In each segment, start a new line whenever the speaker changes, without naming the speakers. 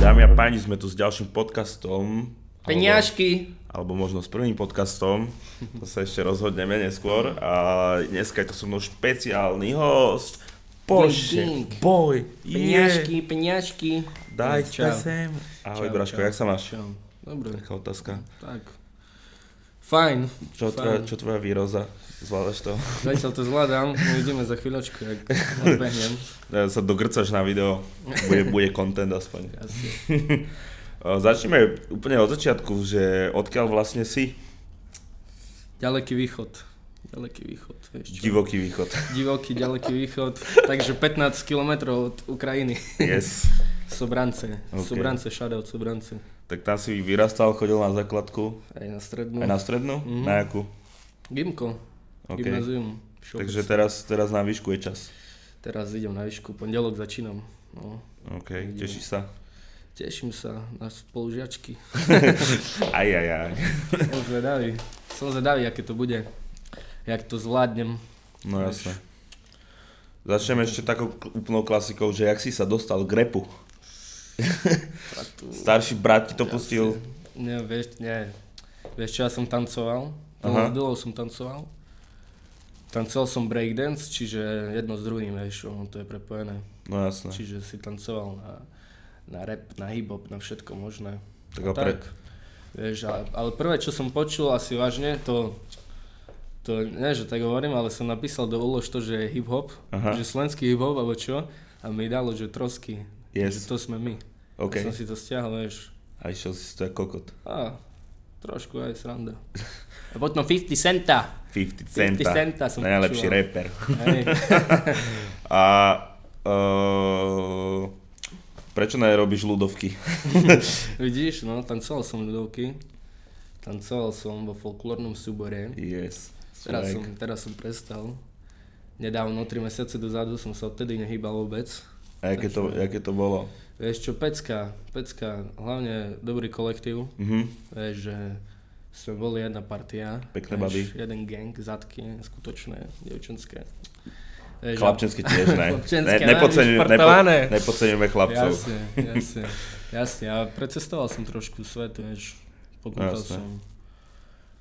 Dámy a páni, sme tu s ďalším podcastom. alebo-
Peniažky.
Alebo možno s prvým podcastom. To sa ešte rozhodneme neskôr. A dneska je to so mnou špeciálny host. Poše,
Ding, ding.
boj, je,
Peniažky, peniažky.
dajte
Čau.
sem. Ahoj,
Čau,
Braško,
čau.
jak sa máš?
Čau. Dobre,
Taká otázka.
tak. Fajn.
Čo tvoja, čo tvoja výroza? Zvládaš to?
Zatiaľ to zvládam, uvidíme za chvíľočku, ak odbehnem.
Ja sa dogrcaš na video, bude, bude content aspoň.
Jasne.
E, Začneme úplne od začiatku, že odkiaľ vlastne si
Ďaleký východ. Ďaleký východ, vieš čo?
divoký východ.
Divoký, ďaleký východ. Takže 15 km od Ukrajiny.
Yes.
Sobrance.
Ok.
Sobrance, shoutout Sobrance.
Tak tam si vyrastal, chodil na základku,
Aj na strednú.
aj na strednú,
Mhm.
na jakú?
Gimko.
OK.
Gymnázium. Všeobecné.
Takže teraz, teraz na výšku je čas.
Teraz idem na výšku, pondelok začínam. No.
OK,
Ideme.
tešíš sa?
Teším sa na spolužiačky.
Aj, aj, aj.
Som zvedavý. Som zvedavý, aké to bude. Jak to zvládnem.
No jasné. Začneme ešte takou k- úplnou klasikou, že jak si sa dostal k repu?
Fratu.
Starší brat ti to pustil?
Nie, vieš, nie. Vieš čo, ja som tancoval.
Aha.
Aha. Dlho som tancoval. Tancoval som breakdance, čiže jedno s druhým, vieš, ono to je prepojené.
No jasné.
Čiže si tancoval na, na rap, na hip-hop, na všetko možné.
Tak
A
a pre...
Vieš, ale, ale prvé, čo som počul asi vážne, to, to nie, že tak hovorím, ale som napísal do úlož to, že je hip-hop,
Aha.
že slovenský hip-hop, alebo čo, a mi dalo, že trosky, že
Yes,
to sme my.
OK.
Ja som si to stiahol, vieš.
A išiel si to ako kokot.
Á, trošku aj sranda. A potom 50 centa.
50
50
centa.
centa som
Najlepší
počúval.
rapper.
Hej.
A uh, prečo nerobíš ľudovky?
Vidíš, no, tancoval som ľudovky. Tancoval som vo folklórnom súbore.
Yes.
Teraz som,
Swag.
teraz som prestal. Nedávno, 3 mesiace dozadu som sa odtedy nehýbal vôbec.
A jaké to, jaké to bolo?
Vieš čo, pecka, pecka, hlavne dobrý kolektív.
Mhm.
Vieš, že sme boli jedna partia.
Pekné
vieš,
baby.
Jeden gang, zadky, skutočné, devčenské. Vieš, a-
Chlapčenské tiež, ne?
Chlapčenské,
ne
ne,
nepodceňujeme, nepo,
špartované.
nepodceňujeme chlapcov.
Jasne, jasne, jasne. A precestoval som trošku svet, vieš. Pokúkal
Jasne.
som.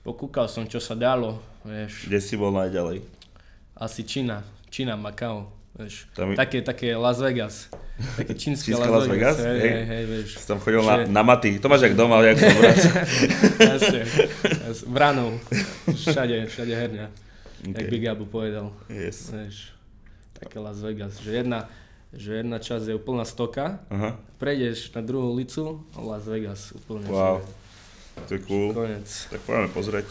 Pokúkal som, čo sa dalo, vieš.
Kde si bol najďalej?
Asi Čína, Čína, Macao, vieš.
Tam je-
Také, také Las Vegas. Také čínske
Čínska
Las,
Las Vegas,
Vegas. Hej,
hej.
hej, hej, vieš.
Si tam chodil na, na maty. To máš jak doma, ale jak som vrátil.
Jasne, jasne. Vranou. Všade, všade herňa. Okay. Jak by Gabo povedal.
Yes.
Vieš, také Las Vegas. Že jedna, že jedna časť je úplná stoka,
Aha,
prejdeš na druhú ulicu, Las Vegas úplne.
wow.
že-
To je cool.
Konec.
Tak poďme pozrieť.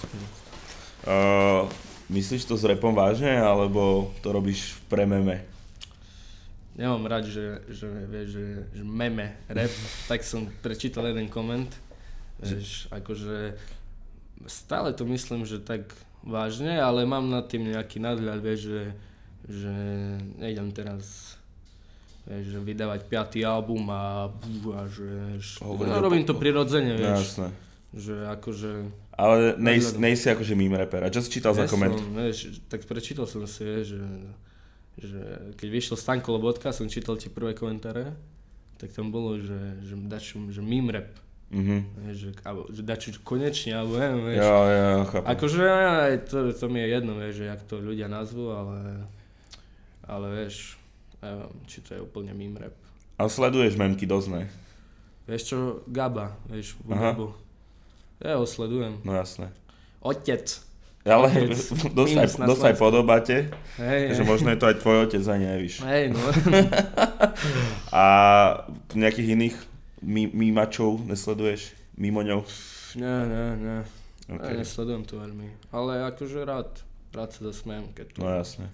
Uh, myslíš to s repom vážne, alebo to robíš pre meme?
Nemám rád, že, že, vieš, že, že meme, rap, tak som prečítal jeden koment, vieš, akože stále to myslím, že tak vážne, ale mám nad tým nejaký nadhľad, vieš, že, že nejdem teraz vieš, že vydávať piatý album a, bú, a že, že
Hovoriť
no,
o-
robím to prirodzene,
No,
vieš,
jasné.
že akože
Ale nej,
Nadhľadom.
nej si akože meme rapper. A čo si čítal za
Ja
koment?
Som, vieš, no. tak prečítal som si, vieš, že, že keď vyšiel Stanko Lobotka, som čítal tie prvé komentáre, tak tam bolo, že, že, dačo, že meme rap,
Mhm.
vieš, že, alebo, že dačo konečne, alebo neviem, vieš.
Jo, jo, jo, chápem.
Akože aj to, to mi je jedno, vieš, že jak to ľudia nazvú, ale, ale vieš, neviem, či to je úplne meme rap.
A sleduješ memky dosť, ne?
Vieš čo, Gaba, vieš, v
Aha.
Gabu. Ja ho sledujem.
No jasné.
Otec.
Ale
Otec.
dosť aj,
Memes na
dosť aj
Slovensku.
podobáte,
Hej,
takže
hej.
možno je to aj tvoj otec a nevíš.
Hej, no.
A nejakých iných mí- mímačov nesleduješ? Mimo ňou?
Ne, ne, ne. Okay.
Okay.
Ja nesledujem to veľmi, ale akože rád, rád sa zasmiem, keď to...
No jasne.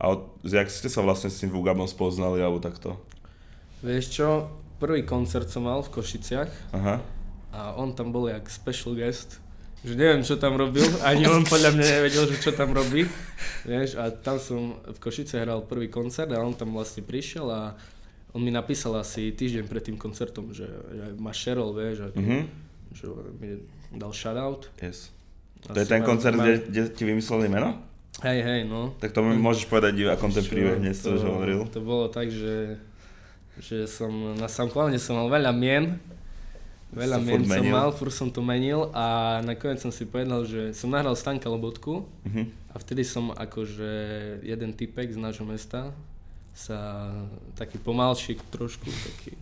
A od, z- jak ste sa vlastne s tým Vugabom spoznali, alebo takto?
Vieš čo, prvý koncert som mal v Košiciach
Aha.
a on tam bol jak special guest, že neviem, čo tam robil, ani on podľa mňa nevedel, že čo tam robí, vieš, a tam som v Košice hral prvý koncert a on tam vlastne prišiel a on mi napísal asi týždeň pred tým koncertom, že, že ma Cheryl, vieš, ako,
Mhm.
že mi dal shoutout.
Yes.
A
To je
si
ten
ma-
koncert,
ma-
kde, kde ti vymysleli meno?
Hej, hej, no.
Tak to mi môžeš povedať, ako ten
Čo,
príbeh dnes, to už hovoril.
To bolo tak, že že som na SoundCloude som mal veľa mien,
Si
veľa
furt
mien som
menil.
mal, fur som to menil a nakoniec som si povedal, že som nahral Stanka Lobotku
Mhm.
a vtedy som akože jeden typek z nášho mesta sa taký pomalšik trošku, taký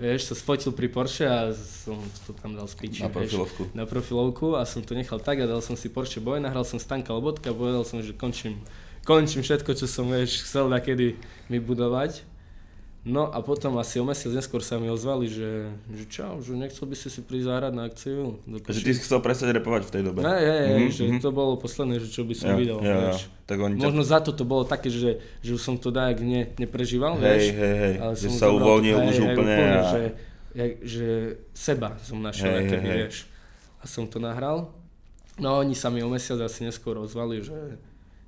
Vieš, sa sfotil pri Porsche a som to tam dal speech.
Na profilovku.
Vieš, na profilovku a som to nechal tak a dal som si Porsche Boy, nahral som Stanka Lobotka a povedal som, že končím, končím všetko, čo som vieš, chcel nakedy mi budovať. No a potom asi o mesiac neskôr sa mi ozvali, že, že čau, že nechcel by si si prísť zahrať na akciu. Do
Že ty si chcel prestať repovať v tej dobe.
Ne, je, je,
Mhm,
že
mhm.
to bolo posledné, že čo by
Ja,
som
ja,
videl.
ja.
vieš.
Tak oni ťa...
Možno za to to bolo také, že, že už som to dajak ne, neprežíval,
Hej,
vieš.
hej, hej,
Ale
že
som
sa
zobral-
uvoľnil
hej,
už
hej,
úplne
úplne
a-
že, jak, že seba som našiel,
Hej,
hej, keby,
hej, hej.
vieš. A som to nahral. No a oni sa mi o mesiac asi neskôr ozvali, že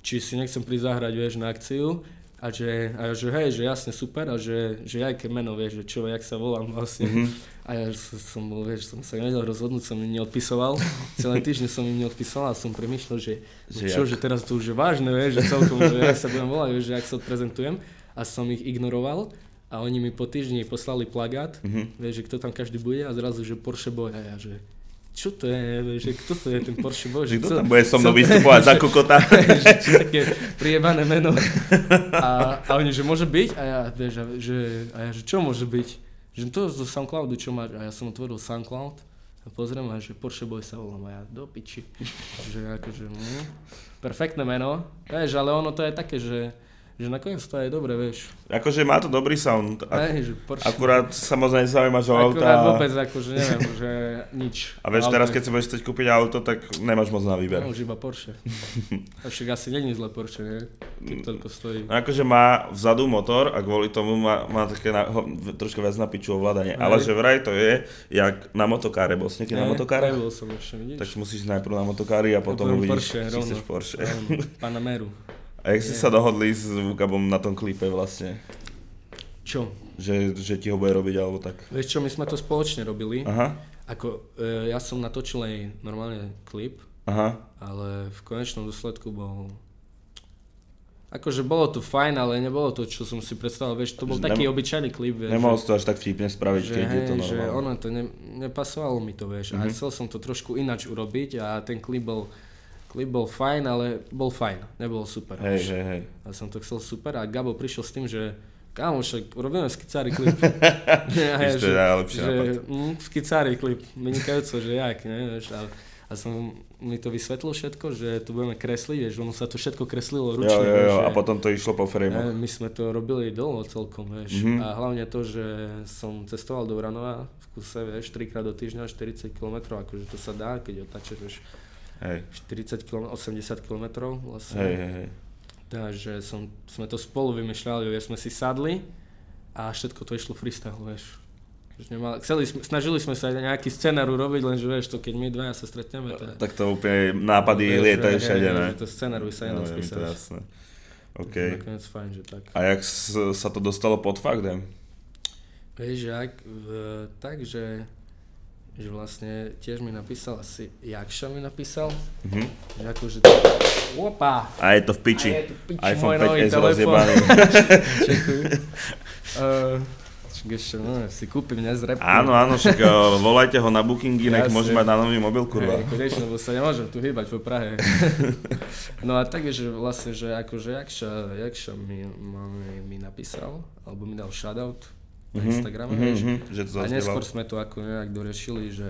či si nechcem prísť zahrať, vieš, na akciu. A že, a ja, že hej, že jasne super a že, že aké meno, vieš, že čo, jak sa volám vlastne.
Mhm.
A ja som, som bol, vieš, som sa nevedel rozhodnúť, som im neodpisoval. Celé týždne som im neodpisoval a som premýšľal, že,
Že
že čo,
jak?
že teraz to už je vážne, vieš, že celkom, že jak sa budem volať, vieš, že ak sa odprezentujem. A som ich ignoroval a oni mi po týždni poslali plagát,
Mhm.
vieš, že kto tam každý bude a zrazu, že Porsche Boy a ja, že čo to je, vieš, že kto to je ten Porsche
Že
Boy, že
kto
chcel-
tam bude so mnou
chcel-
vystupovať za kokota?
že čo také priebané meno. A, a oni, že môže byť? A ja, vieš, a, že, a ja, že čo môže byť? Že to zo Soundcloudu, čo máš? A ja som otvoril Soundcloud a pozriem a že Porsche Boy sa volám a ja do piči. Že akože, mm, perfektné meno. Vieš, ale ono to je také, že, že nakoniec to je dobre, vieš.
Akože má to dobrý sound. A-
Hej, že Porsche.
Akurát samozrejme zaujíma, že o
akurát
auta...
vôbec, akože neviem, že nič.
A vieš, teraz
Auto-
keď si budeš chcieť kúpiť auto, tak nemáš moc na výber.
No, už iba Porsche. A však asi není zle Porsche, nie? Keď toľko stojí.
No akože má vzadu motor a kvôli tomu má, má také na, ho, troška viac na piču ovládanie.
Hej.
Ale že vraj to je, jak na motokáre. Bol si niekedy na
Ne,
motokáre?
Nebol som ešte, vidíš?
Tak musíš najprv na motokári a potom
Potom
uvidíš,
Porsche,
či
rovno.
chceš Porsche.
Áno, Panameru.
A jak ste
Nie.
sa dohodli s Vukabom na tom klipe vlastne?
Čo?
Že, že ti ho bude robiť alebo tak?
Vieš čo, my sme to spoločne robili.
Aha,
Ako, e, ja som natočil aj normálne klip,
aha.
ale v konečnom dôsledku bol... Akože bolo to fajn, ale nebolo to, čo som si predstavoval. Vieš, to bol
Že
taký
nemo-
obyčajný klip, vieš.
Nemohol si to až tak vtipne spraviť,
že,
keď je to
hej, že
normálne. Mhm.
ono to ne, nepasovalo mi to, vieš, mm-hmm. a chcel som to trošku ináč urobiť a ten klip bol, klip bol fajn, ale bol fajn, nebol super.
Hej,
vieš.
hej, hej.
A som to chcel super a Gabo prišiel s tým, že kámo, však urobíme skicári klip. a
Víš, to je najlepší
že mm, skicári klip, vynikajúco, že jak, ne, vieš, a, a som mi to vysvetlil všetko, že to budeme kresliť, vieš, ono sa to všetko kreslilo
Jo, jo,
ručne. vieš,
jo, a
že-
potom to išlo po frame.
E, My sme to robili dlho celkom, vieš.
Mhm.
Mm-hmm. A hlavne to, že som cestoval do Uranova v kuse, vieš, 3 krát do týždňa, 40 km, akože to sa dá, keď otáčeš, vieš,
Hej,
40 km, 80 km vlastne.
hej, hej. hej.
Takže som, sme to spolu vymýšľali, vieš, sme si sadli a všetko to išlo freestyle, vieš. Že Nemal, chceli, sme- snažili sme sa aj nejaký scenár urobiť, lenže vieš, to keď my dvaja sa stretneme, to je...
Tak to úplne nápady
Vieš,
lietajú
že-
všade,
hej,
ne?
že To scenár by sa
No,
nedal
je mi to
spísať.
jasné. OK.
Takže Nakoniec fajn, že tak.
A jak s- sa to dostalo pod faktem?
Vieš, jak, v, tak, že, že vlastne tiež mi napísal asi, Jakša mi napísal,
Mhm.
že akože to, opa,
A je to v piči.
A je to v piči,
iPhone
môj nový
5S
telefón.
rozjebaný.
čekuj, uh, čak ešte, no, si kúpim dnes rap.
Áno, áno, však e, volajte ho na bookingy, nech
Jasne.
môže mať na nový mobil, kurva.
Hej, konečne, lebo sa nemôžem tu hýbať po Prahe. no a tak, že vlastne, že akože Jakša, Jakša mi, mi, mi napísal, alebo mi dal shoutout na
Mhm,
Instagrame,
mhm,
vieš,
mhm, že to
A
zaznieval.
neskôr sme to ako nejak doriešili, že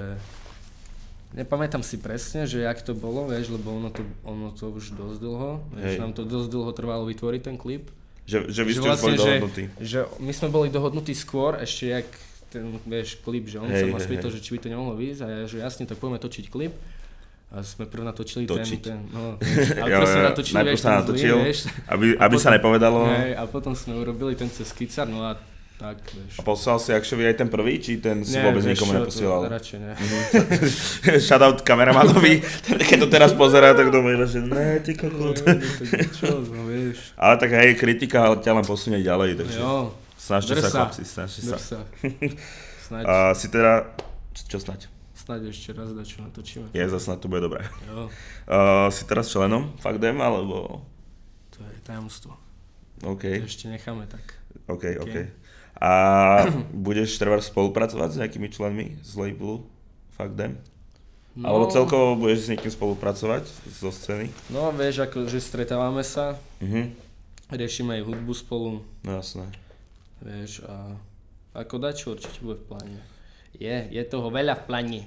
nepamätám si presne, že jak to bolo, vieš, lebo ono to, ono to už dosť dlho, vieš,
Hej.
nám to dosť dlho trvalo vytvoriť ten klip.
Že, že vy
Že
ste
vlastne,
už boli
že,
dohodnutí.
že my sme boli dohodnutí skôr, ešte jak ten, vieš, klip, že on
Hej,
sa ma
hej,
spýtal,
hej.
že či by to nemohlo výjsť a ja, že jasne, tak poďme točiť klip. A sme prv natočili
Točiť.
ten, ten, no, vieš, ale
Jo,
prv sme
jo,
natočili,
najprv
vieš,
sa
ten
natočil,
zlý, vieš.
Aby, aby sa
potom-
nepovedalo.
Hej, a potom sme urobili ten cez Kicar, no a tak,
A
vieš.
poslal si Akšovi aj ten prvý, či ten si vôbec
vieš
nikomu
čo, to
neposielal? Mhm.
Radšej ne.
Shoutout kameramanovi, ten, keď to teraz pozerá, tak domýva, že ne, ty kokot.
Čo, no vieš.
Ale tak hej, kritika ťa len posunie ďalej, takže
Jo,
snažte sa
drsa.
chlapci, snažte sa.
drž sa. Snaď,
A si teda, čo snaď?
snaď ešte raz dačo natočíme.
Je, za snad to bude dobré.
Jo,
Uh, si teraz členom Fakdem, alebo...
to je tajomstvo.
OK.
To ešte necháme tak.
OK, OK.
OK.
A budeš treba spolupracovať s nejakými členmi z labelu Fuck Them? No. Alebo celkovo budeš s niekým spolupracovať zo scény?
No vieš, akože stretávame sa,
Mhm,
riešime aj hudbu spolu,
no jasné.
vieš, a ako dačo určite bude v pláne. Je, je toho veľa v pláne.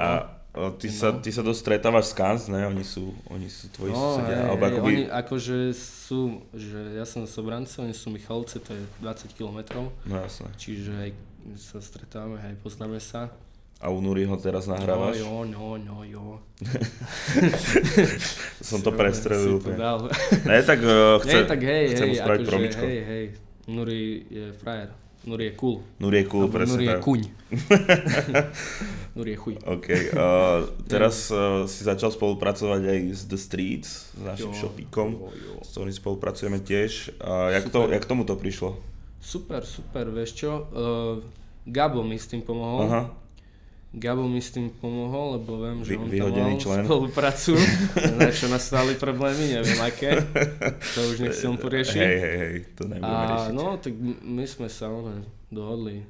A o, ty sa, ty sa dosť stretávaš s Kans, ne? Oni sú, oni sú tvoji
No, hej,
susedia,
hej,
alebo akoby...
oni akože sú, že ja som z Sobranca, oni sú Michalce, to je 20 km,
No jasné.
čiže aj sa stretávame, aj poznáme sa.
A u Nuri ho teraz nahrávaš?
No, jo, no, no, jo.
Som to
Si
prestrelil
si to
úplne.
dal.
Ne, tak, uh,
Chce,
chce,
tak hej,
chcem mu
hej,
spraviť
akože,
promičko.
hej, hej. Nuri je frajer. Nuri je cool.
Nuri je cool,
Alebo
presne
Nuri je
tak.
kuň. Nuri je chuj.
OK, uh, teraz uh, si začal spolupracovať aj s The Streets, s našim
Jo,
shopíkom,
jo, jo.
s ktorým spolupracujeme tiež. A jak, to, jak tomu to prišlo?
Super, super, vieš čo? Uh, Gabo mi s tým pomohol.
Aha,
Gabo mi s tým pomohol, lebo viem, že
Vy-
on tam
vyhodený
mal
člen.
spoluprácu. Na čo nastali problémy, neviem aké. To už nechcem poriešiť.
hej, hej, hej, to nebudeme
A
riešiť.
no, tak m- my sme sa one, dohodli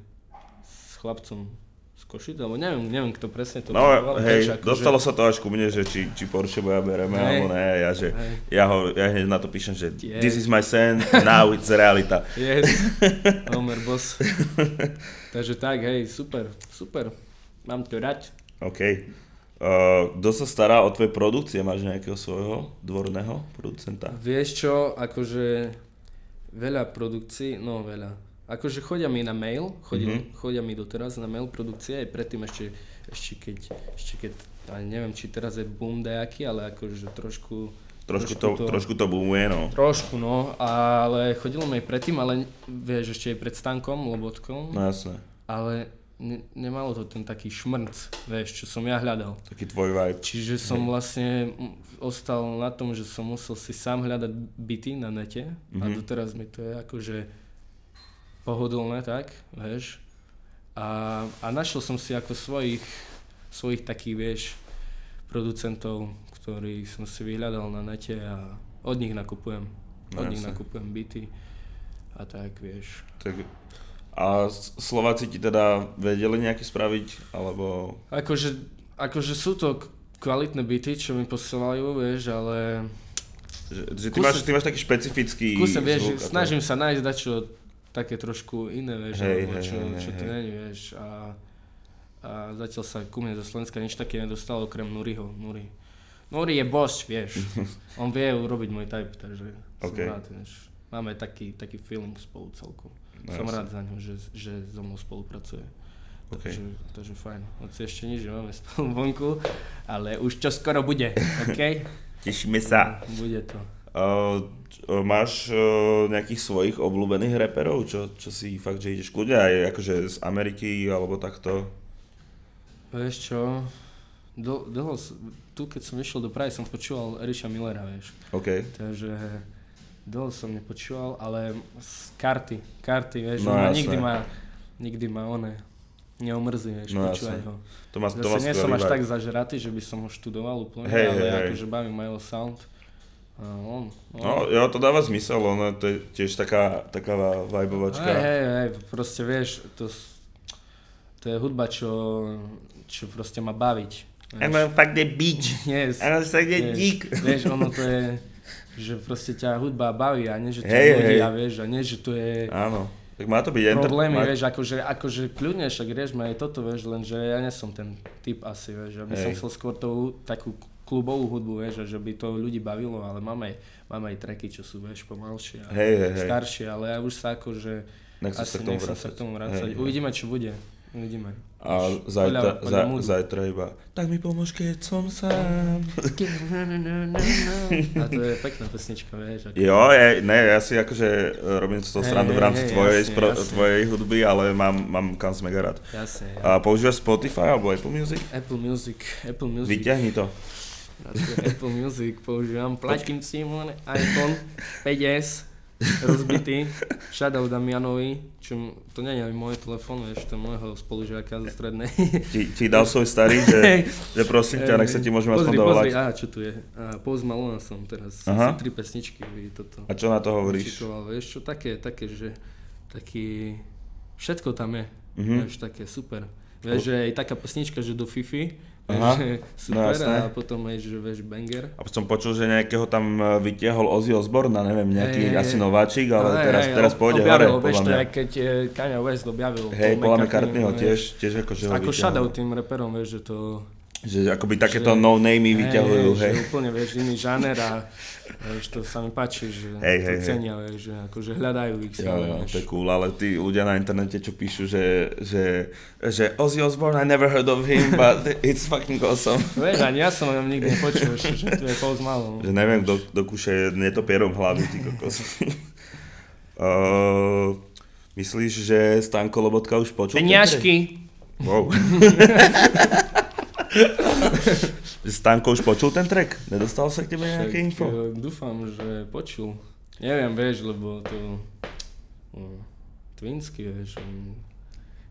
s chlapcom z Košic, alebo neviem, neviem kto presne to
No,
povedal, takže
hej,
akože-
dostalo sa to až ku mne, že či, či Porsche boja bereme,
Hej.
alebo ne, ja, že,
Hej.
ja, ho, ja hneď na to píšem, že
Yes.
this is my sen, now it's realita.
Yes, Homer boss. takže tak, hej, super, super. Mám to rád.
OK. Uh, kto sa stará o tvoje produkcie? Máš nejakého svojho dvorného producenta?
Vieš čo, akože veľa produkcií, no veľa. Akože chodia mi na mail,
Mhm.
chodia, mm-hmm. chodia mi doteraz na mail produkcie, aj predtým ešte, ešte keď, ešte keď, a neviem, či teraz je boom nejaký, ale akože trošku...
Trošku, to, trošku to boomuje, no.
Trošku, no, ale chodilo mi aj predtým, ale vieš, ešte aj pred Stankom, Lobotkom,
No jasné.
ale ne, nemalo to ten taký šmrnc, vieš, čo som ja hľadal.
Taký tvoj vibe.
Čiže som vlastne m- ostal na tom, že som musel si sám hľadať byty na nete a
Mhm.
doteraz mi to je akože pohodlné, tak, vieš. A, a našiel som si ako svojich, svojich takých, vieš, producentov, ktorých som si vyhľadal na nete a od nich nakupujem.
No
Od nich
jasne.
nakupujem byty a tak, vieš.
Tak... A S- Slováci ti teda vedeli nejaké spraviť, alebo...
Akože, akože sú to k- kvalitné byty, čo mi posielajú, vieš, ale
Že, že ty,
Kúsok-
máš, ty máš taký špecifický
Skúsim, vieš,
zvuk a to-
snažím sa nájsť dačo také trošku iné, vieš,
Hej,
alebo
hej,
čo,
hej,
čo
hej,
tu
hej.
není, vieš. A, a zatiaľ sa ku mne zo Slovenska nič také nedostalo, okrem Nuriho. Nuri. Nuri je boss, vieš. On vie urobiť môj type, takže som
Ok.
rád, vieš. Máme taký, taký feeling spolu celku.
No,
som
jasne.
rád za ňo, že, že so mnou spolupracuje.
Ok.
Takže, takže fajn. Hoci ešte nič, že máme spolu vonku, ale už čo skoro bude, OK?
Tešíme sa.
bude to.
Uh, č- uh, máš uh, nejakých svojich obľúbených reperov, čo, čo si fakt, že ideš kľudne aj akože z Ameriky alebo takto?
Vieš čo, do, dlho, s- tu keď som išiel do Prahy, som počúval Ríša Millera, vieš.
OK.
Takže dlho som nepočúval, ale z karty, karty, vieš,
No,
no, ona
jasné.
nikdy ma, nikdy ma one neomrzí, vieš,
No,
no, počúvať
jasné.
ho.
To má, to má
Zase No nie som
skvelý
až
vibe.
tak zažratý, že by som ho študoval úplne,
Hej,
ale
hej, hej.
akože baví ma jeho sound. A on, on.
No, jo, to dáva zmysel, ono to je tiež taká, taká vajbovačka.
Hej, hej, hej, proste vieš, to, s- to je hudba, čo, čo proste má baviť. vieš.
fuck the bitch.
Yes.
fuck
Vieš, Vieš, ono to je, že proste ťa hudba baví a nie, že to
Hej,
hey, ľudí
hej.
a vieš, a nie, že to je
Áno, tak má to byť enter-
problémy,
má-
vieš, akože, akože kľudne však riešme aj toto, vieš, lenže ja nie som ten typ asi, vieš, ja by
Hej.
som chcel skôr tú takú klubovú hudbu, vieš, a že by to ľudí bavilo, ale mám aj, mám aj tracky, čo sú, vieš, pomalšie a
Hej, hej, hej.
staršie, ale ja už sa akože
Nechcem sa
asi
k tomu
nechcem sa
vrácať.
k tomu vrácať.
Hej, hej.
Uvidíme, čo bude. Uvidíme.
A
Už
zajtra,
podľa- podľa
za,
moodu.
zajtra iba, tak mi pomôž, keď som sám.
A to je pekná pesnička, vieš. Ako...
Jo, je, ne, ja si akože e, robím z toho
Hej,
srandu v
hej,
rámci
hej,
tvojej,
jasne,
spro,
jasne.
tvojej hudby, ale mám, mám Kans mega rád.
Jasne,
A
ja.
používaš Spotify alebo Apple Music?
Apple Music, Apple Music.
Vyťahni to.
Apple Music používam, platím si môj iPhone 5S rozbitý. Shoutout Damianovi, čo to nie je môj telefón, vieš, to je môjho spolužiaka zo strednej.
Ti, ti dal svoj starý, že, že prosím ťa, nech sa ti môžeme aspoň
pozri,
dovolať.
pozri, á, čo tu je. Á, Post Malone som teraz,
Aha.
Aha. si tri pesničky vy toto.
A čo na to hovoríš?
Čitoval, vieš čo, také, také, že taký, všetko tam je,
Mhm.
vieš, také super. Vieš, že aj taká pesnička, že do Fifi, vieš,
Aha.
že
No,
super,
jasné.
a potom aj, že vieš, banger.
A som počul, že nejakého tam e, vytiahol Ozzy Osbourne, a neviem, nejaký
Hej, hej,
asi
No, hej.
nováčik, ale teraz, teraz pôjde hore,
objavil, vieš,
podľa
to
mňa.
je, keď eh, Kanye West objavil
Hej,
Paul
podľa mňa
McCartneyho,
Kartnýho
vieš.
tiež, tiež akože ho
Ako
vytiahol.
shoutout tým reperom, vieš, že to...
Že akoby takéto no-namey vyťahujú,
že
hej.
úplne, vieš, iný žáner a vieš, to sa mi páči, že
Hej,
to
hej, hej.
cenia, vieš, že akože hľadajú ich
Jo,
stále,
jo,
vieš.
to je cool, ale tí ľudia na internete, čo píšu, že, že, že Ozzy Osbourne, I never heard of him, but it's fucking awesome.
Vieš, ani ja som o ňom nikdy nepočul, ešte, že tu je Paul Malone.
Že neviem, kto do kuše netopierom hlavy, ty kokos. uh, myslíš, že Stanko Lobotka už počul?
Peňažky.
ten track? Wow. Že Stanko už počul ten track? Nedostal sa k tebe nejaké
Však,
info?
eh, Dúfam, že počul. Neviem, vieš, lebo to... no, Twinsky, vieš. on-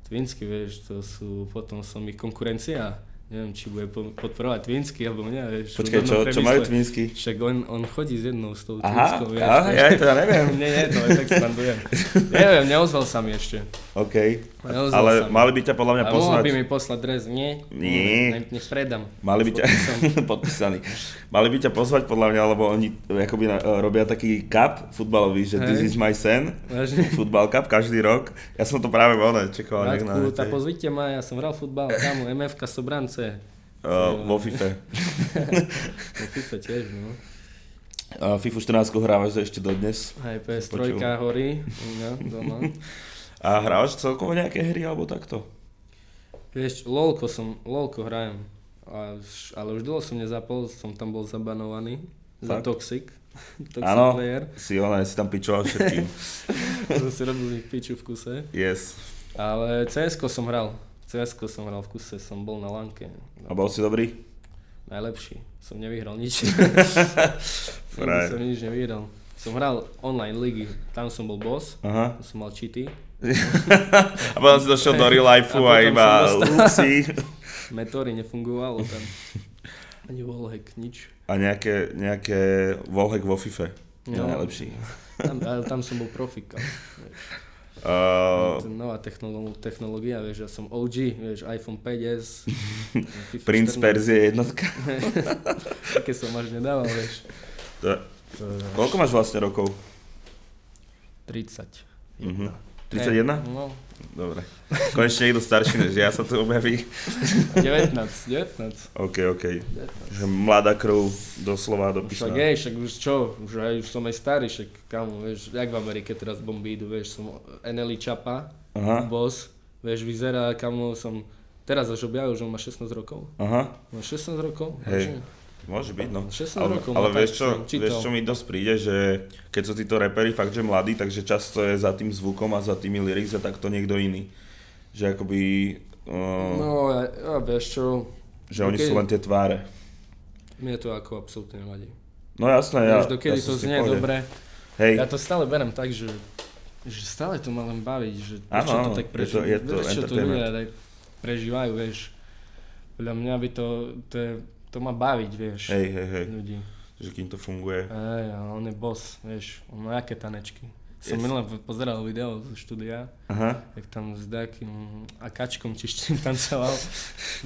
Twinsky, vieš, to sú potom som ich konkurencia. Neviem, či bude po- podporovať Twinsky, alebo nie, vieš.
Počkaj,
v
čo,
údernom
čo majú
priemysle.
Twinsky?
Však on, on chodí s jednou s tou
Aha,
Twinskou, vieš.
ja, ja to ja neviem.
nie, nie, to len tak skandujem. Neviem, neozval sa mi ešte.
OK,
Neozval
ale
sa mi.
mali by ťa podľa mňa
A mohol
poslať.
by mi poslať dres, nie?
Nie.
Ne, nech predám.
Mali by ťa...
Podpísom.
podpísaný. Mali by ťa pozvať podľa mňa, lebo oni eh, akoby na, robia taký cup futbalový, že this
Hej.
is my sen.
Vážne.
Futbal cup každý rok. Ja som to práve ono čekal. nech
Radku, tá
tej-
pozvite ma, ja som hral futbal, kámo, MFK Sobrance.
Eh, vo FIFA.
No FIFA tiež, no.
Eh, FIFA 14 hrávaš ešte dodnes.
Aj PS3
Počul.
horí u mňa doma.
A hrávaš celkovo nejaké hry alebo takto?
Vieš, lolko som, lolko hrajem. A, už- ale už dlho som nezapol, som tam bol zabanovaný. Za
Fakt?
Toxic. Toxic
Áno,
player.
si ona, si tam pičoval všetkým.
To si robil z nich piču v kuse.
yes.
Ale cs som hral. cs som hral v kuse, som bol na lanke.
A bol si dobrý?
Najlepší. Som nevyhral nič. Nikdy
Frajer.
som nič nevyhral. Som hral online ligy, tam som bol boss.
Aha.
Tam som mal cheaty.
A potom si došiel do real life
No.
a,
A potom
iba
som dostal-
luxi.
Metóry nefungovalo tam. Ani wallhack, nič.
A nejaké, nejaké volhek vo FIFA. Je
No.
najlepší.
Tam, ale tam som bol profik. ale-
Eh,
To je nová technolo- technológia, vieš, ja som OG, vieš, iPhone 5S. FIFA
Prince
14.
Perzie jednotka.
Také som až nedával, vieš.
To je- Koľko máš vlastne rokov?
30.
Mhm. 31?
No,
Dobre. Konečne niekto starší než ja sa tu objaví.
19, 19.
OK, OK.
19.
Že mladá krv doslova do
Však
písna.
je, však už čo, už, aj, už som aj starý, však kamo, vieš, jak v Amerike teraz bomby idú, vieš, som Eneli Čapa,
Aha,
boss, vieš, vyzerá, kamo, som, teraz až objavil, že on má 16 rokov.
aha.
Má 16 rokov?
Hej.
vážne?
Môže byť, no.
16
Ale,
rokov
ale
má,
vieš,
tak
čo,
som čítal.
vieš, čo mi dosť príde, že keď sú títo repery fakt, že mladí, takže často je za tým zvukom a za tými lyrics a takto niekto iný. Že akoby, eh,
No, ja, ja vieš čo,
že oni
dokedy-
sú len tie tváre.
mne to ako absolútne nevadí.
No jasné, ja,
Ja, vieš, dokedy
ja som
to
s tým
znie
v pohode.
dobre,
Hej,
ja to stále berem tak, že, že stále to ma len baviť, že
Áno,
prečo to
áno,
tak
je to-
prežívajú,
je to
prečo to
entertainment.
ľudia tak prežívajú, vieš. Podľa mňa by to, to, je, to má baviť, vieš,
hej, hej, hej.
ľudí.
Že kým to funguje.
Ej, ale on je boss, vieš, on má aké tanečky.
Yes.
Som minule pozeral video zo štúdia,
Aha.
jak tam s nejakým akačkom či s čím tancoval.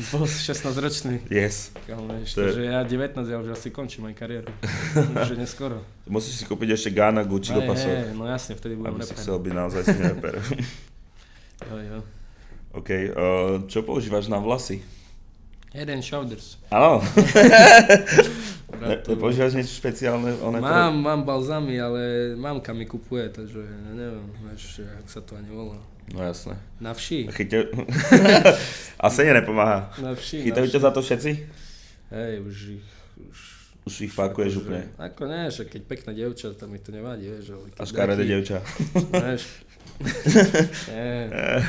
boss 16-ročný.
Yes.
Kámo, vieš,
To je-
takže ja 19, ja už asi končím aj kariéru. Už je neskoro.
Musíš si kúpiť ešte Ghana Gucci do
Hej,
pasok.
hej, no jasne, vtedy budem
Aby si
reper.
chcel byť naozaj si rapper.
Jo, jo.
OK, eh, čo používaš na vlasy?
Head and shoulders.
Áno, ne,
Bratu.
používaš niečo špeciálne? One
Mám, mám balzamy, ale mamka mi kupuje, takže ja neviem, vieš, ak sa to ani volá.
No jasné.
Na vši.
A chyťa... A sene nepomáha.
Na vši, na
Chytajú
vši.
ťa za to všetci?
Hej, už ich, už...
Už ich fakuješ
akože-
úplne.
Ako ne, že keď pekná dievča, to mi to nevadí, vieš, ale keď
A škaredé
nejaký-
devča.
Vieš. Eh. Nie.
Eh.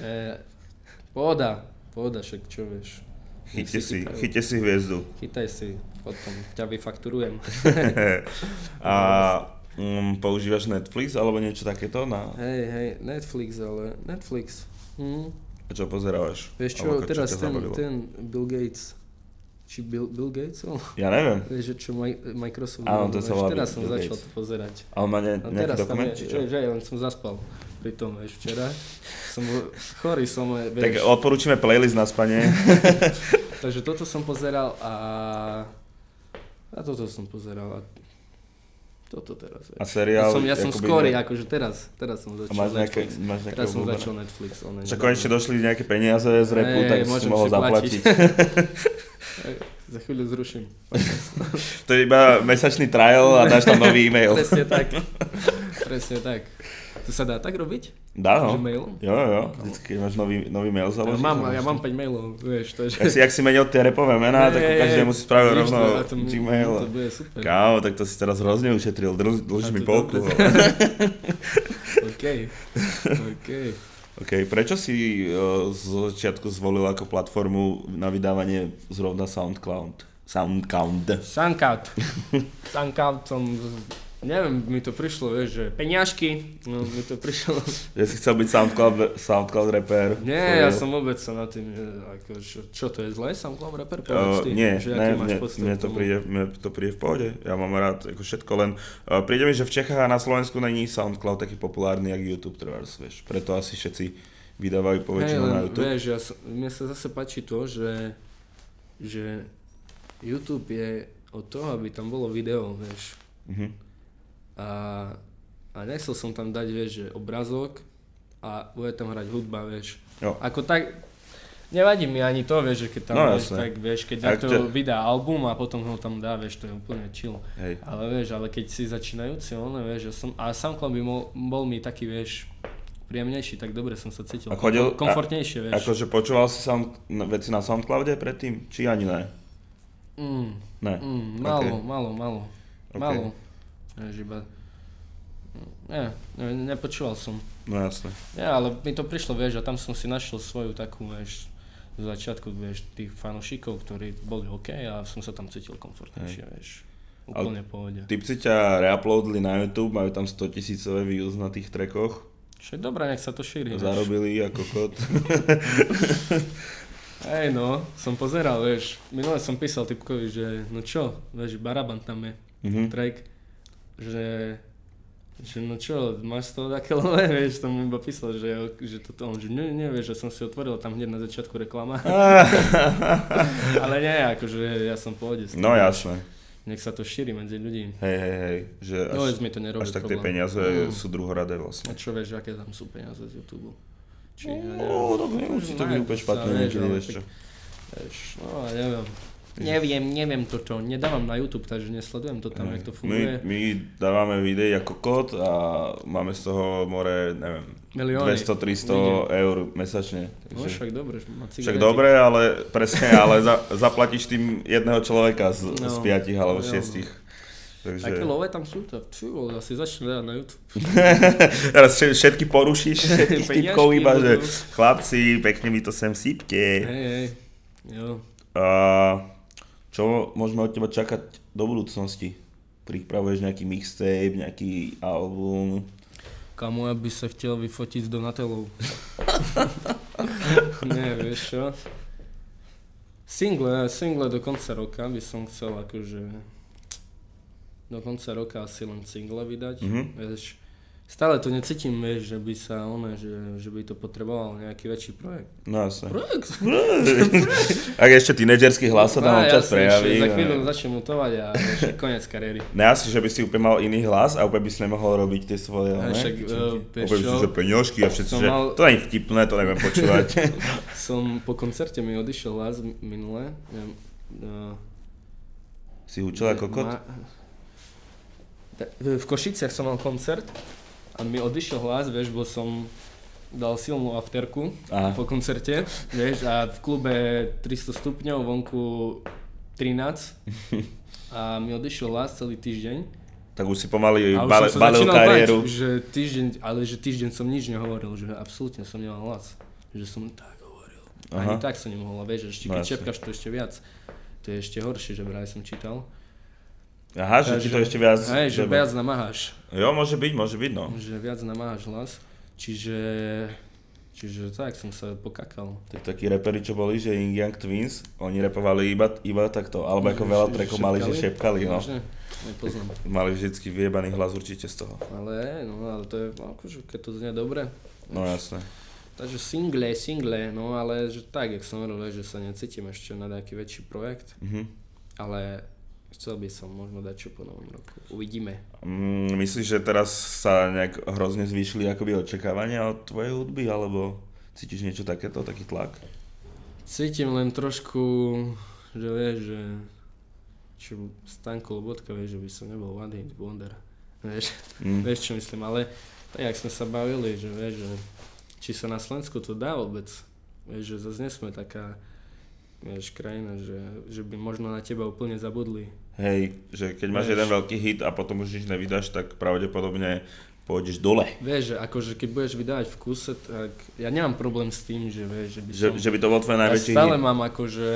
Nie. Pohoda, pohoda, Eh. však čo vieš. Nech
Chyťte si,
chytajú.
chyťte si hviezdu.
Chytaj si, potom ťa vyfakturujem.
A Mm, používaš Netflix alebo niečo takéto? Na...
Hej, hej, Netflix, ale Netflix. Hm.
A čo pozerávaš?
Vieš čo,
Alebo ako-
teraz
ťa
ten,
zabavilo?
ten Bill Gates, či Bill, Bill Gates? ale-
Ja neviem.
Vieš, že čo Mi- Microsoft
Áno, to
robil,
sa
vieš,
volá
Teraz
Bill
som
Gates.
začal to pozerať.
A on má ne, nejaký
A No teraz tam
dokument,
je,
či čo?
vieš, aj len som zaspal pri tom, vieš, včera. Som bol- chorý som, eh,
Tak
vieš.
odporúčime playlist na spanie.
Takže toto som pozeral a... A toto som pozeral a... Toto teraz, vieš.
A seriál...
ja som, ja som
akoby-
skorý, akože teraz, teraz som
A
začal
máš nejaké,
Netflix.
máš nejaké
Teraz som
obľúbené?
začal Netflix. Ale
Čo konečne došli nejaké peniaze z repu,
Hej,
tak si
môžem
mohol
si platiť.
zaplatiť.
Za chvíľu zruším.
To je iba mesačný trial a dáš tam nový e-mail.
Presne tak. Presne tak. To sa dá tak robiť?
Dá
Že
no.
mailom?
Jo, jo, vždycky keď máš nový, nový mail
Ja
založený.
mám, ja mám 5 mailov, vieš, takže...
Jak si, jak si menil tie repové mená, tak
Hej,
každému si spravil
vidíš
rovno
a to mi-
Gmail.
To bude super.
Kámo, tak to si teraz hrozne ušetril, dlž, dlžíš
A
mi
to
polku.
dobre. OK. OK.
OK, prečo si uh, z začiatku zvolil ako platformu na vydávanie zrovna SoundCloud? SoundCloud.
Suncout. Suncout som... Neviem, mi to prišlo, vieš, že peňažky, no, mi to prišlo.
Že si chcel byť SoundCloud, SoundCloud rapper.
Nie, ja som vôbec sa na tým, e, ako, čo, čo to je zle, som klav rapper? Povedz
Uh,
ty,
nie,
že
ne,
aký máš No.
mne,
postoj
mne,
k
to
tomu?
príde, mne to príde v pohode. Ja mám rád ako všetko, len uh, príde mi, že v Čechách a na Slovensku není SoundCloud taký populárny, jak YouTube, trebárs, vieš. Preto asi všetci vydávajú
Hej,
poväčšinu
len,
na YouTube.
vieš, ja, som- mne sa zase páči to, že, že YouTube je od toho, aby tam bolo video, vieš.
Mhm.
A, a nechcel som tam dať, vieš, že obrazok a bude tam hrať hudba, vieš.
Jo.
Ako tak, nevadí mi ani to, vieš, že keď tam,
No,
vieš,
jasné.
tak, vieš, keď
Ak
niekto
ťa-
vydá album a potom ho tam dá, vieš, to je úplne chill.
Hej.
Ale vieš, ale keď si začínajúci, ono, vieš, ja som, a SoundCloud by bol, bol mi taký, vieš, príjemnejší, tak dobre som sa
A
cítil.
chodil-
Komfo- komfortnejšie, vieš.
Akože počúval si sound, na- veci na SoundCloude predtým? Či ani ne?
mm,
Ne.
mm, málo,
Ok.
málo, málo,
Ok.
málo. Vieš, iba... Ne, ne, nepočúval som.
No jasne.
Ja, ale mi to prišlo, vieš, a tam som si našiel svoju takú, vieš, z začiatku, vieš, tých fanúšikov, ktorí boli OK a som sa tam cítil komfortnejšie, vieš. Úplne v pohode.
Typci ťa reuploadli na YouTube, majú tam 100 tisícové views na tých trackoch.
Čo je dobré, nech sa to šíri. vieš.
Zarobili ako kot.
Hej no, som pozeral, vieš, minule som písal typkovi, že no čo, vieš, Baraban tam je,
Mhm.
track, že, že no čo, máš z toho také lové, vieš, som mu iba písal, že, že toto, on, že nie, nie, vieš, že som si otvoril tam hneď na začiatku reklama, ale nie, akože ja som v pohode, s tým.
No jasné.
nech sa to šíri medzi ľudí,
Hej, hej, hej. Že až,
no mi to nerobí
až tak tie
problém.
peniaze
Mm.
sú druhoradé vlastne.
A čo vieš, aké tam sú peniaze z YouTube? Či, ja neviem,
No, tak nemusí to byť
Majú
úplne
sa,
špatné
vieš,
niekedy,
ale
vieš
tak-
čo. Mm.
vieš, no ja neviem. Neviem, neviem to čo, nedávam na YouTube, takže nesledujem to tam,
Hej.
jak to
My,
funguje.
my dávame videí ako kot a máme z toho more, neviem,
Milióny.
200-300 eur mesačne.
No
Takže-
však dobre, že má
Však
cigarety.
dobre, ale presne, ale za, zaplatíš tým jedného človeka z, z
No.
piatich alebo
Jo.
šiestich. Takže
Také lové tam sú, to ty vole, asi začne dávať na YouTube.
teraz vše- všetky porušíš, všetkých
Peňažky
typkov iba, že
budú.
chlapci, pekne mi to sem sípte.
Hej, hej, jo.
A čo môžeme od teba čakať do budúcnosti? Pripravuješ nejaký mixtape, nejaký album?
Kamu, ja by sa chcel vyfotiť s Donatelou. Nie, vieš čo? Single, single do konca roka by som chcel akože... Do konca roka asi len single vydať,
Mhm.
vieš. Stále to necítim, vieš, že by sa ono, že, že by to potreboval nejaký väčší projekt.
No jasne.
Projekt?
Ak ešte tínedžerský hlas sa tam
Á,
občas
jasne,
prejaví.
že Za
no.
chvíľu začnem mutovať a vieš, koniec kariéry.
Ne asi, že by No si úplne mal iný hlas a úplne by si nemohol robiť tie svoje,
A
ne?
však, e, vieš
Opäť
čo,
si, že peňažky a všetci,
Som
že
mal-
to nie je vtipné, to neviem počúvať.
som po koncerte mi odišiel hlas mi- minule. Neviem, eh,
si hučel ako kot?
Ma- Ta- V v Košiciach som mal koncert a mi odišiel hlas, vieš, bo som dal silnú afterku
Aha.
po koncerte, vieš, a v klube 300 stupňov, vonku 13 a mi odišiel hlas celý týždeň.
Tak už si pomaly
A už
bale,
som sa
balil
začínal
kariéru.
bať, že týždeň, ale že týždeň som nič nehovoril, že absolútne som nemal hlas. Že som tak hovoril.
Aha.
Ani tak som nemohol, a vieš, že ešte
No
keď
jasne.
čepkaš to ešte viac. To je ešte horšie, že vraj som čítal.
Aha, že ti to ešte viac...
Hej, že
zebe.
viac namáhaš.
Jo, môže byť, môže byť, no.
Že viac namáhaš hlas. Čiže... Čiže tak som sa pokakal.
Tak takí reperi, čo boli, že Ying Yang Twins, oni repovali iba, iba takto, alebo ako veľa trackov mali, že šepkali, no.
Vážne? Nepoznám.
Mali vždycky vyjebaný hlas určite z toho.
Ale, no, ale to je, akože, keď to znie dobre.
No jasné.
Takže single, single, no ale že tak, jak som hovoril, že sa necítim ešte na nejaký väčší projekt,
Mhm.
ale chcel by som možno dať čo po novom roku. Uvidíme.
Mm, myslíš, že teraz sa nejak hrozne zvýšili akoby očakávania od tvojej hudby, alebo cítiš niečo takéto, taký tlak?
Cítim len trošku, že vieš, že čo Stanko Lobotka, vieš, že by som nebol One Hit Wonder. Vieš,
Mm.
vieš čo myslím, ale tak jak sme sa bavili, že vieš, že či sa na Slovensku to dá vôbec. Vieš, že zase nie sme taká vieš, krajina, že, že by možno na teba úplne zabudli.
Hej, že keď máš
Vieš.
jeden veľký hit a potom už nič nevydáš, tak pravdepodobne pôjdeš dole.
Vieš, že akože keď budeš vydávať v kuse, tak ja nemám problém s tým, že vieš, že by som...
Že, že by to bol tvoj
ja
najväčší
stále
hit.
mám akože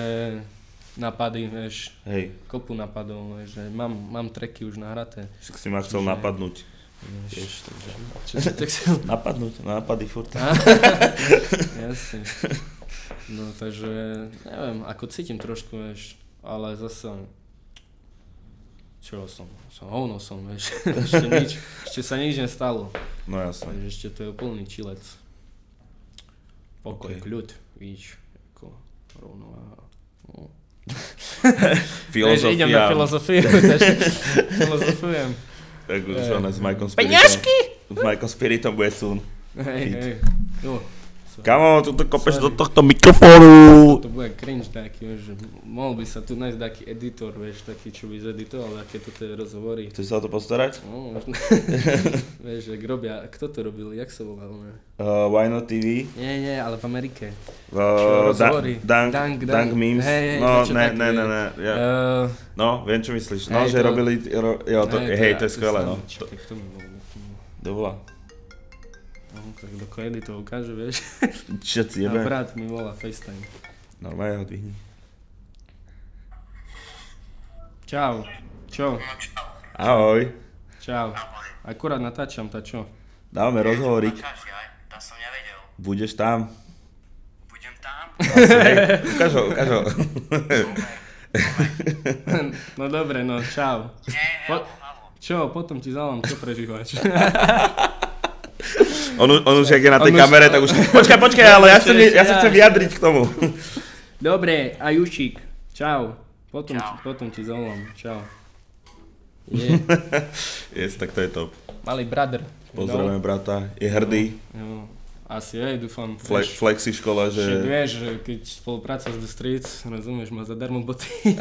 napady, vieš,
Hej,
kopu napadov, vieš, že mám, mám treky už nahraté.
však si ma chcel
Čiže-
napadnúť.
Vieš, takže... Čo si tak chcel?
Napadnúť, nápady furt.
Á, Jasne. No takže, neviem, ako cítim trošku, vieš, ale zase... Čo som? Som hovno som, vieš. Ešte nič, ešte sa nič nestalo.
No jasné.
Takže ešte to je úplný čilec. Pokoj,
Ok.
kľud, víš, ako rovno a... No.
Filozofia.
Takže idem na filozofiu, takže filozofujem.
Tak už
Hej.
ona s Majkom Spiritom.
Peňažky!
S Majkom Spiritom bude soon.
Hej,
Fit.
hej. No, Jo,
Kamo, tu to kopeš
Sorry.
do tohto mikrofónu.
to bude cringe taký, vieš, že mohol by sa tu nájsť taký editor, vieš, taký, čo by zeditoval, aké to tie rozhovory.
Chceš sa o to postarať?
No, možno. vieš, jak robia, kto to robil, jak sa volal, ne?
Uh, Why Not TV?
Nie, nie, ale v Amerike.
Uh,
rozhovory?
Dank,
Dank,
Dank,
Dank.
Memes.
Hej, hej,
no,
niečo
ne,
také,
ne, ne,
hej.
ne. Ja.
Eh,
No, viem, čo myslíš. No, že
hej, to-
robili... Ro, jo, to, hej, to je skvelé, no. To,
Čakaj, kto mi bol?
to bola.
No, tak do kedy to ukáže, vieš.
Čo si
A
jebe?
brat mi volá FaceTime.
Normálne ho dvihni.
Čau. Čo?
Ahoj.
Čau. Akurát natáčam, tá čo?
Dávame rozhovorík.
Ukáž, jaj, to som nevedel.
Budeš tam.
Budem tam?
Hej, ukáž ho, ukáž ho.
No dobre, no čau.
Nie,
Po-
halo, halo.
Čo, potom ti zavolám, čo prežívaš?
On, už- on už, jak je na tej
On už-
kamere, tak už... Počkaj, počkaj, ale ja, chcem, ja sa chcem vyjadriť k tomu.
Dobre, a Jušík. Čau. Potom, Ti, potom ti zavolám. Čau. Je,
Yes, tak to je top.
malý brother.
Pozdravujem brata, je hrdý,
No, jo. Asi aj, dúfam.
Fle-
No, vieš,
flexi škola,
že...
že...
vieš, že keď spolupráca s The Streets, rozumieš, má zadarmo boty.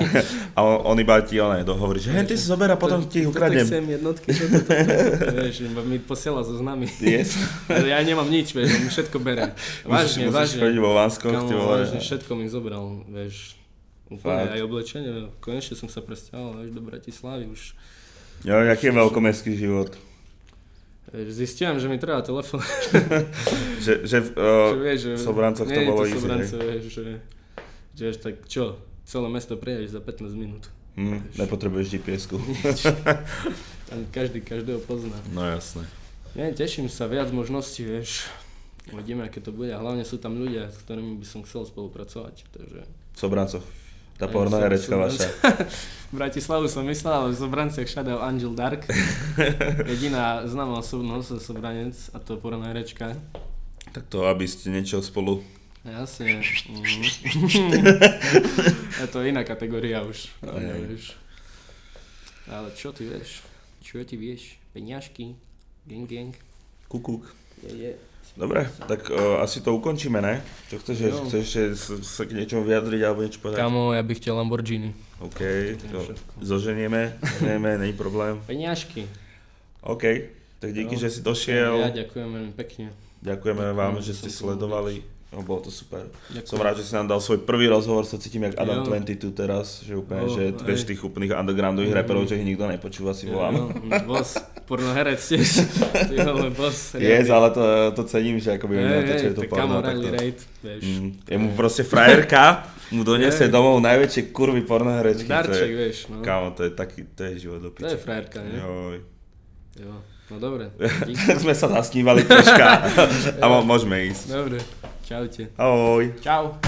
A on, on iba ti ale dohovorí, že hej, ty si zober a potom ti ich
Toto
ukradnem.
chcem jednotky, toto, toto, toto. Vieš, iba mi posiela so znami.
Yes.
Ale ja nemám nič, vieš, on mi všetko bere. Vážne,
musíš, musíš
vážne.
chodiť vo Vánskoch, ty
Kámo,
vole.
vážne, všetko mi zobral, vieš. Úplne
Fakt.
aj oblečenie, konečne som sa presťahoval, vieš, do Bratislavy už.
Jo, aký je veľkomestský život.
Vieš, Zistiam, že mi treba telefón,
Že, že,
že
uh,
vieš, že...
v Sobrancach to
Nie je
bolo
v
easy,
Sobrancach, vieš, že... Že vieš, tak čo, celé mesto prejdeš za 15 minút.
hm, nepotrebuješ GPS-ku.
Tam každý každého pozná.
No jasné.
Ja teším sa, viac možností, vieš. Uvidíme, aké to bude. A hlavne sú tam ľudia, s ktorými by som chcel spolupracovať, takže...
Sobrancov. Tá
Ja
porná
som-
herečka
som-
vaša.
Bratislavu som myslel, ale v Sobranciach šadel Angel Dark. Jediná známa osobnosť, Sobranec, a to poraná rečka.
Tak to, aby ste niečo spolu...
Jasne. Mm. a to je iná kategória už.
Aj, aj.
Vieš. Ale čo ty vieš? Čo ty vieš? Peňažky? Gang, gang?
Kukúk.
Je, je.
Dobre, tak uh, asi to ukončíme, ne? Čo chceš,
Jo.
chceš ešte s- sa k niečomu vyjadriť alebo niečo povedať?
Kamo, ja bych chcel Lamborghini.
OK,
je
to
všetko.
zoženieme, zoženieme, není problém.
Peňažky.
OK, tak díky,
Jo.
že si
Ja
došiel.
ďakujem veľmi pekne.
Ďakujeme vám,
Ďakujem,
že
že
ste
som tu mohol
sledovali No, bolo to super.
Ďakujem.
Som rád, že si nám dal svoj prvý rozhovor, sa cítim jak Adam
Jo.
22 teraz, že úplne, že
Jo, hej. Mm-hmm.
vieš tých úplných undergroundových reperov, že ich nikto nepočúva, si volám.
Jo, No, boss, pornoherec tiež. Ty vole, boss.
Yes, ale to, to cením, že akoby oni
Hej, hej,
natočili no, to
tak kamo,
porno. tak
rally
to-
raid, vieš.
Mm, je mu proste frajerka, mu doniesie
Hej.
domov najväčšie kurvy pornoherečky. to je-
Darček, vieš, no.
Kámo, to je taký, to je život do
To
piče.
je frajerka, ne?
Joj.
Jo. No dobre. dík.
Tak sme
No.
sa zasnívali troška. A mo- môžeme ísť.
Dobre. Čaute.
Ahoj.
Čau.